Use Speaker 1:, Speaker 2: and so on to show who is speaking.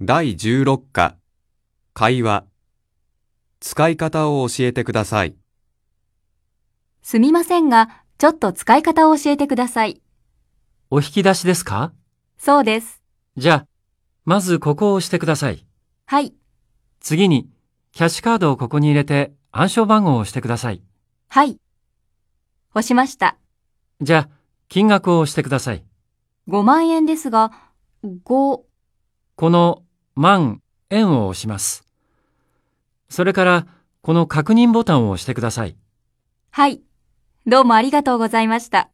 Speaker 1: 第16課、会話。使い方を教えてください。
Speaker 2: すみませんが、ちょっと使い方を教えてください。
Speaker 3: お引き出しですか
Speaker 2: そうです。
Speaker 3: じゃあ、まずここを押してください。
Speaker 2: はい、
Speaker 3: 次に、キャッシュカードをここに入れて暗証番号を押してください。
Speaker 2: はい。押しました。
Speaker 3: じゃあ、金額を押してください。
Speaker 2: 5万円ですが、5、
Speaker 3: この万円を押します。それから、この確認ボタンを押してください。
Speaker 2: はい。どうもありがとうございました。